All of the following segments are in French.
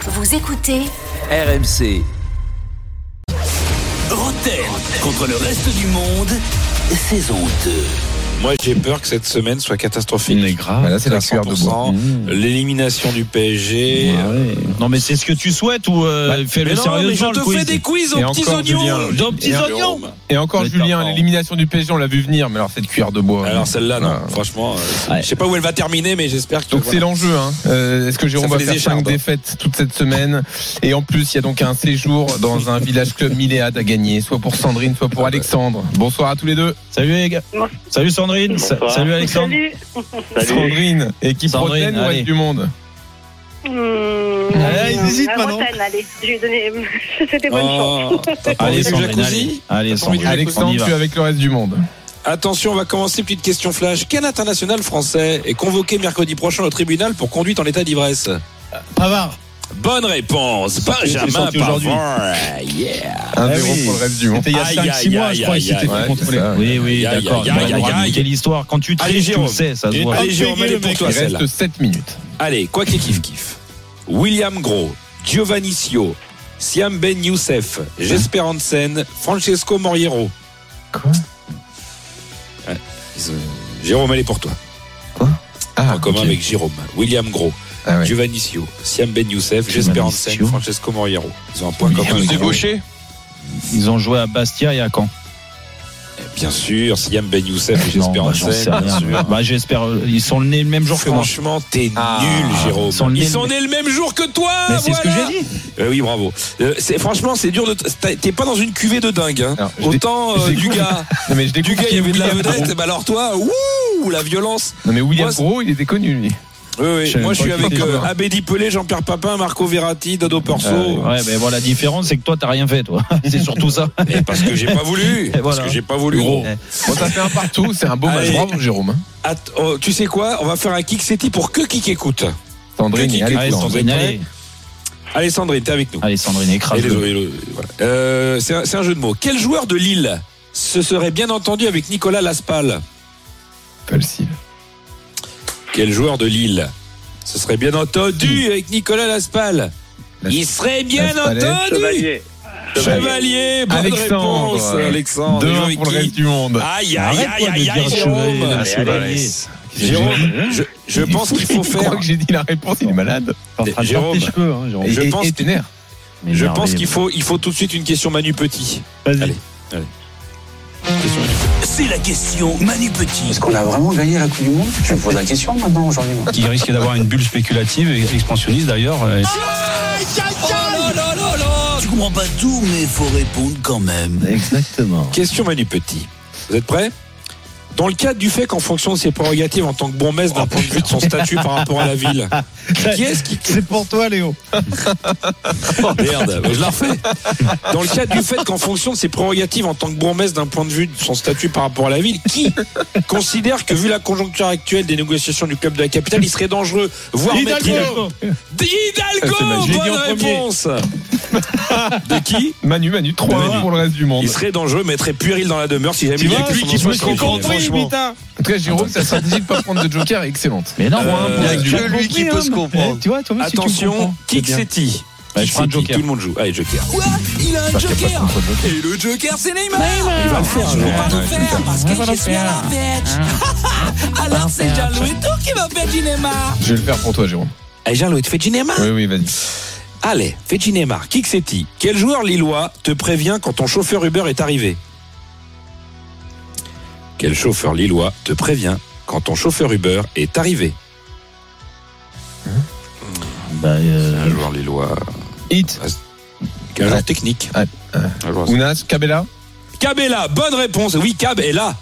Vous écoutez RMC. Roten contre le reste du monde, saison 2. Moi, j'ai peur que cette semaine soit catastrophique. Mais grave, Voilà, c'est la à cuillère de bois. Mmh. 100%. L'élimination du PSG. Non mais c'est ce que tu souhaites ou euh, fais Mais le non, sérieux mais je genre te le quiz. fais des quiz Et aux petits encore, oignons. Julien, Aux petits et- oignons. Et encore D'accord. Julien, l'élimination du PSG, on l'a vu venir, mais alors cette cuillère de bois. hein. Alors celle-là, non. Ouais. Franchement, euh, Ouais. je sais pas où elle va terminer, mais j'espère que. Donc voilà. c'est l'enjeu. Hein. Euh, Est-ce que Jérôme Ça fait va des faire écharpes, cinq hein. défaites toute cette semaine Et en plus, il y a donc un séjour dans un village club Milléade à gagner, soit pour Sandrine, Ah soit bah. pour Alexandre. Bonsoir à tous les deux. Salut les gars. Salut Sandrine. Sa- Bonsoir. Salut Alexandre. Sandrine, équipe Sandrine, Rotten ou allez. reste du monde Mmh, Ah, ils hésitent, à maintenant. Bretagne, allez, je lui ai donné. C'était bonne chance. Oh, t'as pas Allez envie de Sandrine. jacuzzi Allez, allez T'as envie Sandrine. de jacuzzi on y Alexandre, va. tu es avec le reste du monde. Attention, on va commencer. Petite question flash. Quel international français est convoqué mercredi prochain au tribunal pour conduite en état d'ivresse Pavard. Bonne réponse. sorti- c'est Benjamin sorti aujourd'hui. Pavard. Yeah. Un Ah zéro oui. pour le reste du monde. C'était il y a Aïe, 5 6 aïe, mois aïe, je crois aïe, il s'était aïe, fait aïe, c'est contrôler. ça. Oui Aïe, oui, aïe, d'accord. aïe, Bravo, aïe, bravo. aïe. Quelle histoire quand tu Allez, triches, tu le Jérôme. sais, ça se voit. Allez, Jérôme, elle est pour toi, Il celle-là. reste 7 minutes. Allez, quoi qu'il kiffe kiffe. William Gros, Giovanni Sio, Siam Ben Youssef, Jesper Hansen, Francesco Moriero. Quoi Ouais, ils ont- Jérôme, elle est pour toi. Ah, en commun ok. avec Jérôme. William Gros, Ah ouais. Giovanni Sio, Siam Ben Youssef, Giovanni Jesper Hansen, Sio. Francesco Moriero. Ils ont un point Ah William commun. avec Gros. Ils ont joué à Bastia et à Caen. Bien sûr, Siam Ben Youssef et Non, Jesper bah, j'en Hansen. sais bien rien. sûr. Bah j'espère euh, ils sont le nez- le même jour que moi. Franchement, t'es Ah, nul, Jérôme. ils sont le Ils même- sont nés le même jour que toi. Mais c'est ce que voilà. j'ai dit. Euh, oui, bravo. Euh, c'est- franchement, c'est dur de. t- t'as- T'es pas dans une cuvée de dingue. hein. Alors, je Autant dé- euh, je découvre- Dugas, Non, mais je découvre Dugas, il y qui est avait de la William vedette. Gros. Bah alors toi, ouh, la violence. Non, mais William Moi, c'est- Gros, il était connu lui. Oui, oui. Je savais Moi, pas je suis qu'il avec était euh, joueur. Abedi Pelé, Jean-Pierre Papin, Marco Verratti, Dodo Porso. Euh, Ouais, mais voilà la différence c'est que toi t'as rien fait toi. C'est surtout ça. Et parce que j'ai pas voulu. Et Parce voilà. que j'ai pas voulu. Gros. Eh, Bon, ça fait un partout, c'est un beau match. Allez. Bravo, Jérôme. hein. Att- oh, tu sais quoi On va faire un kick city pour que kick écoute. Sandrine, Qui- et qui- Allez Alexandre. Sandrine, vous êtes allez. Allez, Sandrine, t'es avec nous. Allez Sandrine, Et écrase. les- les- les- voilà. Euh, c'est un, c'est un jeu de mots. Quel joueur de Lille se serait bien entendu avec Nicolas Laspal Falsif. Quel joueur de Lille Ce serait bien entendu avec Nicolas Laspal. Las- Il serait bien Laspalais. entendu Chevalier, bonne Alexandre. réponse Alexandre, Deux il joue un avec pour le qui reste du monde. Aïe, aïe, Arrête aïe, toi de aïe, aïe, dire Jérôme chevalier, chevalier. Jérôme, je, je pense qu'il faut Je crois faire... que j'ai dit la réponse, il est malade. T'es en train de Jérôme. perdre tes cheveux, hein, Jérôme. Et- je Et- pense et que- Ténère. Mais Je merde, pense mais- qu'il faut, il faut tout de suite une question Manu Petit. Vas-y. Allez. C'est la question Manu Petit. Est-ce qu'on a vraiment gagné la Coupe du Monde Je me pose la question maintenant aujourd'hui. moi. Il risque d'avoir une bulle spéculative et expansionniste d'ailleurs. euh, Oh là là là là Ah, Tu comprends pas tout, mais faut répondre quand même. Exactement. Question Manu Petit. Vous êtes prêts dans le cadre du fait qu'en fonction de ses prérogatives en tant que bourgmestre d'un point de vue de son statut par rapport à la ville, qui est-ce qui C'est pour toi, Léo. Oh, Merde, je la refais. Dans le cadre du fait qu'en fonction de ses prérogatives en tant que bourgmestre d'un point de vue de son statut par rapport à la ville, qui considère que vu la conjoncture actuelle des négociations du club de la capitale, il serait dangereux, voire Hidalgo. maîtrisé- Hidalgo, Ah, c'est magique. bonne J'ai dit en réponse. De qui Manu, Manu, 3 Manu. pour le reste du monde. Il serait dangereux, mais très puéril dans la demeure si jamais Tu il y vois, a plus qui c'est mon peut truc, se compris, franchement. En tout cas, Jérôme, sa stratégie de pas prendre de joker est excellente. Mais non, Euh, pour le reste du que monde. lui qui peut se Eh, comprendre. Tu vois, toi aussi, tu me Attention, comprends. Kick C'est bien. City. Ouais, je Kick prends le City, Joker. Bah, Tout le monde joue. Ah, Allez, Joker. Quoi Il a un joker Et le joker, c'est Neymar Il va le faire. Je je peux vois. pas le faire parce que je suis à la fête. Alors c'est Jean-Louis qui va faire du Ah. Neymar. Je vais le faire pour toi, Jérôme. Allez, Eh, Jean-Louis, tu fais du Neymar Oui, oui, vas-y. Allez, fais du Neymar. Kick City. Quel joueur lillois te prévient quand ton chauffeur Uber est arrivé Quel chauffeur lillois te prévient quand ton chauffeur Uber est arrivé Bah, euh, joueur lillois. Hit, Quel joueur technique Ah, Un joueur- Ounas, Cabella. Cabella, bonne réponse. Oui, Cab est là.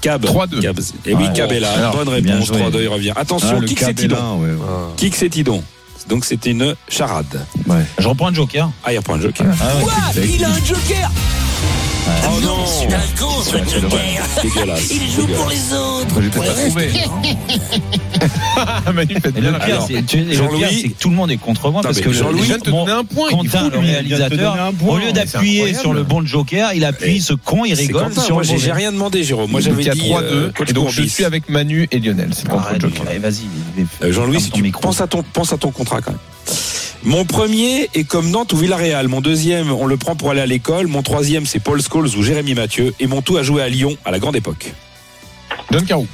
Cab. 3-2. Cab. Et oui, Ouais. Cabella, Ah, Alors, bonne bien réponse. joué. Ah, 3-2, il revient. Attention, Kick Cétidon. Kick Cétidon. Donc c'était une charade. Je reprends le Joker. Ah, il reprend le joker. Ah ouais. Quoi Il a un joker Ah, Oh non C'est un con ce joker Dégueulasse. Il joue dégueulasse. pour les autres Je l'ai peut-être pas trouvé. Manu, faites Et bien le la pire, Alors, c'est tu- et le Jean-Louis- pire, c'est que tout le monde est contre moi Attends, parce mais que le- Jean-Louis Il vient de te mon- donner un point. il est Quentin, fou, le lui. réalisateur, au lieu C'est d'appuyer incroyable. sur le bon Joker, il appuie Et- ce con, il C'est rigole Quentin, sur moi, le j'ai j'ai mauvais. rien demandé, Jérôme. Moi, Donc, j'avais il y a dit. 3-2. euh, coach et donc, je Courbis. suis avec Manu et Lionel. C'est le contre Arrête, joker. allez, Vas-y. Euh, Jean-Louis, si Ferme ton tu micro. penses à ton, pense à ton contrat quand même. Mon premier est comme Nantes ou Villarreal. Mon deuxième, on le prend pour aller à l'école. Mon troisième, c'est Paul Scholes ou Jérémy Mathieu. Et mon tout a joué à Lyon à la grande époque. John Carou.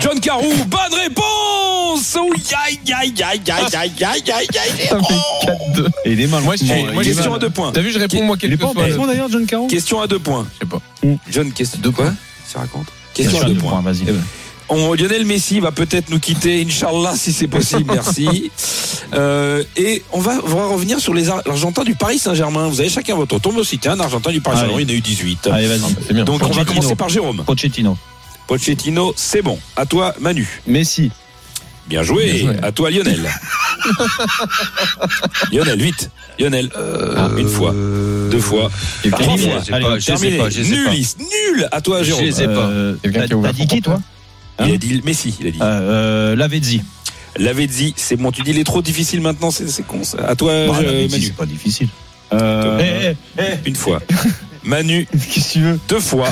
John Carou, bonne réponse Ouh, aïe, aïe, aïe, aïe, aïe, aïe, aïe, aïe. Oh, Ça fait 4-2. Et il est mal. Moi, je Bon, suis- il moi, est j'ai mal. Question à deux points. T'as vu, je réponds moi Il est quelque pas en soit. prison d'ailleurs, John Caro Question à deux points. Je sais pas. John, question De quoi Tu racontes Question à deux points. vas-y. On- Lionel Messi va peut-être nous quitter, Inch'Allah, si c'est possible, merci. Euh, et on va, on va revenir sur les Ar- l'Argentin du Paris Saint-Germain. Vous avez chacun votre tour. Moi aussi, tiens, un Argentin du Paris Saint-Germain, il y en a eu 18. Allez, vas-y. C'est bien. Donc on va Pochettino. commencer par Jérôme. Pochettino. Pochettino, c'est bon. À toi, Manu. Messi. Bien joué. Bien joué. À toi, Lionel. Lionel, vite. Lionel, Ah, une fois, deux fois, trois terminé. fois. Euh, J'ai pas- je sais Terminé. pas, je sais nul, pas. Is, nul. À toi, Jérôme. sais pas. Euh, Quelqu'un t'as- qui a ouvert T'as dit son qui, toi Il a dit Messi, il a dit. Euh, euh, Lavezzi. Lavezzi, c'est bon, tu dis il est trop difficile maintenant, c'est c'est con ça. À toi, Bah, euh, Lavezzi, Manu. c'est pas difficile. Euh, Une fois. Manu, Qu'est-ce que tu veux deux fois.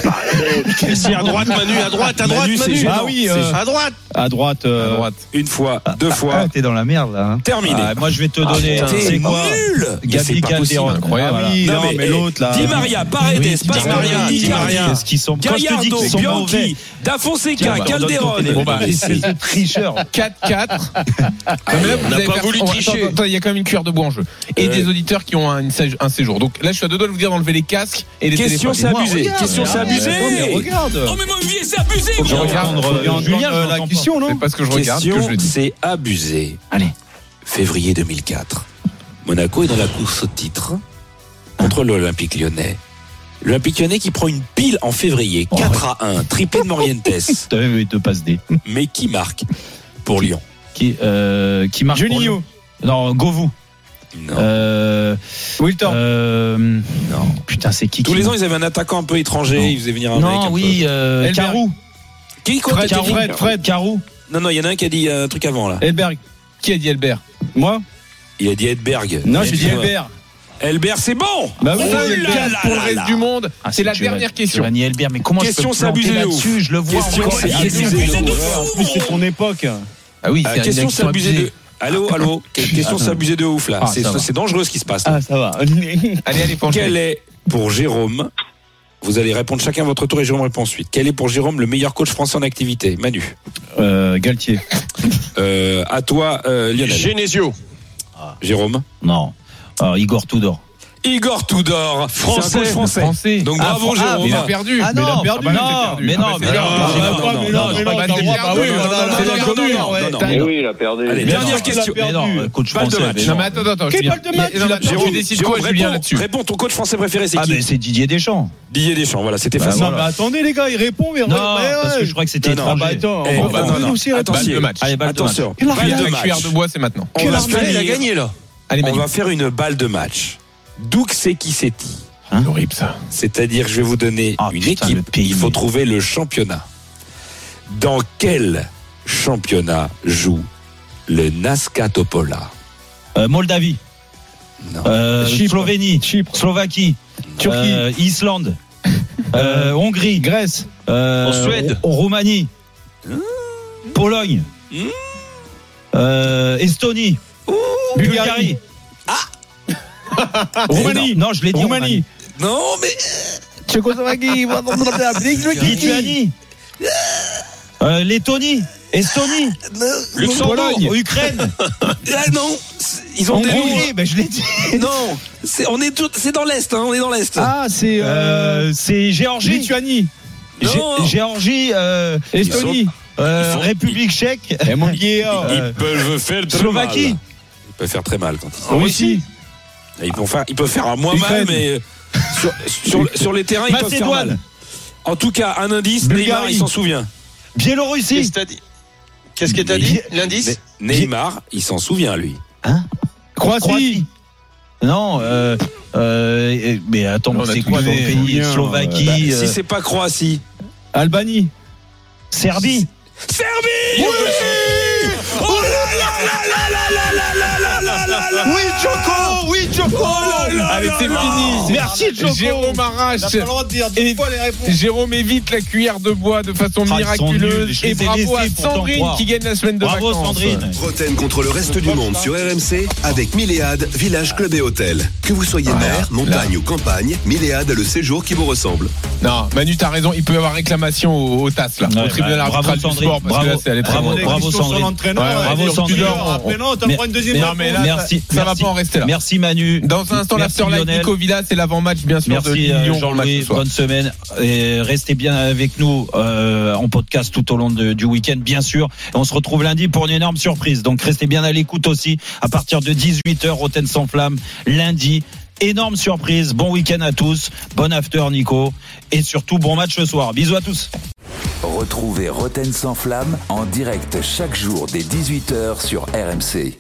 Si à droite, Manu, à droite, à droite, Manu, c'est Manu. gênant. Ah oui, C'est euh, gênant. À droite. À droite. euh, À droite. Une fois, deux fois. Ah, t'es dans la merde là. hein. Terminé. Ah, moi je vais te donner. T'es C'est quoi nul Mais c'est Gabi pas possible. Calderon. incroyable. Ah, voilà. Non, Non, mais, mais eh, l'autre là. Di Maria, Paredes, Oui, Di Pastore, Maria, Di Icardi, Maria. Qu'est-ce qu'ils sont Quand je te dis Gallardo, qu'ils sont mauvais. Bianchi, Da Fonseca, Tiens, bah, Calderon. Bon, bah, c'est ce tricheur. 4-4. Non, mais là, vous n'a avez pas perdu- voulu Oh, attends, tricher. attends, attends, Il y a quand même une cuillère de bois en jeu. Et Ouais. des auditeurs qui ont un, une sé- un séjour. Donc là, je suis à deux doigts de vous dire d'enlever les casques et les Question, c'est téléphones. abusé. Question, c'est Ah, abusé. mais- mais Regarde. Oh, mais mon vieux, c'est abusé, Faut que je gros. regarde Faut euh, entendre Julien, la je l'entends question, C'est parce que je regarde que je Question, le dis. c'est abusé. Allez. Février 2004. Monaco est dans la course au titre contre l'Olympique lyonnais. L'Olympique lyonnais qui prend une pile en février, Oh, 4 à 1, triplé de Morientes. pas. T'avais vu deux passes D. Mais qui marque pour Lyon Qui, euh, qui marche. pour Juninho. nous. Non, Govou. Non. Euh, Wilton. euh, non. putain, c'est qui Tous qui- les ans, ils avaient un attaquant un peu étranger, Non. ils faisaient venir un mec. Non, un oui, euh, Elberg. Carou. peu- Qui quoi, Fred, t'as dit Carou. Fred, Fred, Carou. Non, non, il y en a un qui a dit euh, un truc avant là. Elberg. Qui a dit Albert Moi Il a dit Edberg. Non, j'ai Edberg. dit Elberg. Elbert, c'est bon Bah oui, oui, Oh là Albert là Pour le là reste là. du monde, Ah, c'est la Giovanni- dernière question. Giovanni Elbert, mais comment Question, je c'est peux me planter abusé de là-dessus Je le vois. Question, encore. Ah, c'est Il est abusé abusé de de ouf. ouf. En plus, c'est ton époque. Ah oui, Ah, c'est une question, c'est abusé de. Allô, allô. que- Question, c'est abusé de ouf là. Ah, c'est ça va. c'est dangereux ce qui se passe. là. Ah, ça va. Allez, allez, penchez. Quel est pour Jérôme Vous allez répondre chacun à votre tour et Jérôme répond ensuite. Quel est pour Jérôme le meilleur coach français en activité Manu. Euh, Galtier. Euh, à toi, euh, Lionel. Genesio. Jérôme. Non. Alors, Igor Tudor. Igor Tudor, Français. c'est un coach français. Français. Donc bravo ah, Mais il a Jérôme. perdu. Ah Mais non, ah bah, non, mais non, il a perdu. Ah, bah, c'est mais perdu. non, Ah, bah, non, bah, non, mais non, non, non, bah, non, t'es perdu. bah, Ah oui, non, voilà, non, c'est non, la non, connerie. non, ouais, Non, t'as- non, Mais oui, il a perdu. Allez, Mais dernière non, question. Mais non, coach Balle de français. match. mais Non, non. mais attends, attends, Quel Julien. balle de match, Mais non, il a attends, perdu. Tu décides quoi, Julien, réponds, là-dessus réponds, ton coach français préféré, c'est Ah, qui mais c'est Didier Deschamps. Didier Deschamps, voilà, c'était Bah, facile. voilà. Attendez les gars, il répond, mais Non, parce que je crois que c'était Non, non, étranger. bah, attends. Eh, bah, on va- non, on non. nous aussi répondre. Balle de Attention, match. Allez, balle de match. attention. Il a Balle La de cuillère match. de bois, c'est maintenant. On va faire- Il a gagné là. Allez, On Manu. va faire une balle de match. Douk Sekiseti. hein C'est horrible, ça. C'est-à-dire, je vais vous donner Ah, une putain, le équipe. pays, Il faut mais- trouver le championnat. Dans quel championnat joue le Nazca Topola Euh, Moldavie. Non. Euh, Chypre. Slovénie. Slovaquie. Turquie. Euh, Islande. Euh, Hongrie. Grèce. En Suède. Rou- Roumanie. Pologne. Mmh. Euh, Estonie. Bulgarie. Ah Roumanie. Non, je l'ai dit. Roumanie. Non, mais. Tchécoslovaquie, Lituanie. Euh, Lettonie. Estonie. Luxembourg. Pologne. Ukraine. Ah, non c'est- Ils ont des Hongrie. Ben, je l'ai dit. noms. Non C'est on est tout- c'est dans l'Est, hein, on est dans l'Est. Ah, c'est euh, Euh, c'est Géorgie. Lituanie. Gé- Non. Géorgie, euh, Estonie, euh, ils sont- République tchèque, euh, peuvent faire Slovaquie, Ah Ils peuvent faire très mal quand ils Russie, Et Ils peuvent faire, ils peuvent faire un moins Ukraine. mal, mais euh, sur, sur, sur les terrains, ils peuvent faire mal. Macédoine, En tout cas, un indice, Bulgarie. Neymar, il s'en souvient. Biélorussie. Qu'est-ce que t'as dit Qu'est-ce que t'as dit L'indice Neymar, il s'en souvient, lui. Croatie. Non, euh, euh, mais attends, On a c'est tous quoi les ton pays Italiens, Bah, Slovaquie, euh, si c'est pas Croatie. Albanie. Serbie. Serbie Oh là là là là là là là là là là là là Oui, Djoko Oui, Djoko Oh Allez, c'est fini. Merci, Joko. Jérôme Arrache. Et- Jérôme évite la cuillère de bois de façon Ah, ils sont nuls, miraculeuse. je les Et ai bravo laissés à pour t'en Sandrine croire. qui gagne la semaine de Bravo, vacances. Sandrine. Roten contre le reste du monde sur RMC avec Milléade, village, club et hôtel. Que vous soyez mer, montagne ou campagne, Milléade a le séjour qui vous ressemble. Non, Manu, t'as raison, il peut y avoir réclamation au, au TAS, là, Ouais, au tribunal bah, arbitral bravo, du Sandrine. sport, parce que là, c'est allé très Bravo, loin. bravo, Sandrine. Ouais, ouais, bravo, tu Sandrine. dors, on- Mais- Non, mais là, merci, ça va pas en rester là. Merci Manu. Dans un instant, Merci, l'after live Lionel. Nico Villa, c'est l'avant-match, bien sûr, de Merci euh, Lyon pour le match Jean-Louis, ce soir. bonne semaine. Et restez bien avec nous euh, en podcast tout au long de- du week-end, bien sûr. Et on se retrouve lundi pour une énorme surprise. Donc restez bien à l'écoute aussi à partir de 18h, Roten sans flamme, lundi. Énorme surprise, bon week-end à tous, bon after Nico, et surtout bon match ce soir. Bisous à tous. Retrouvez Roten sans flamme en direct chaque jour dès 18h sur RMC.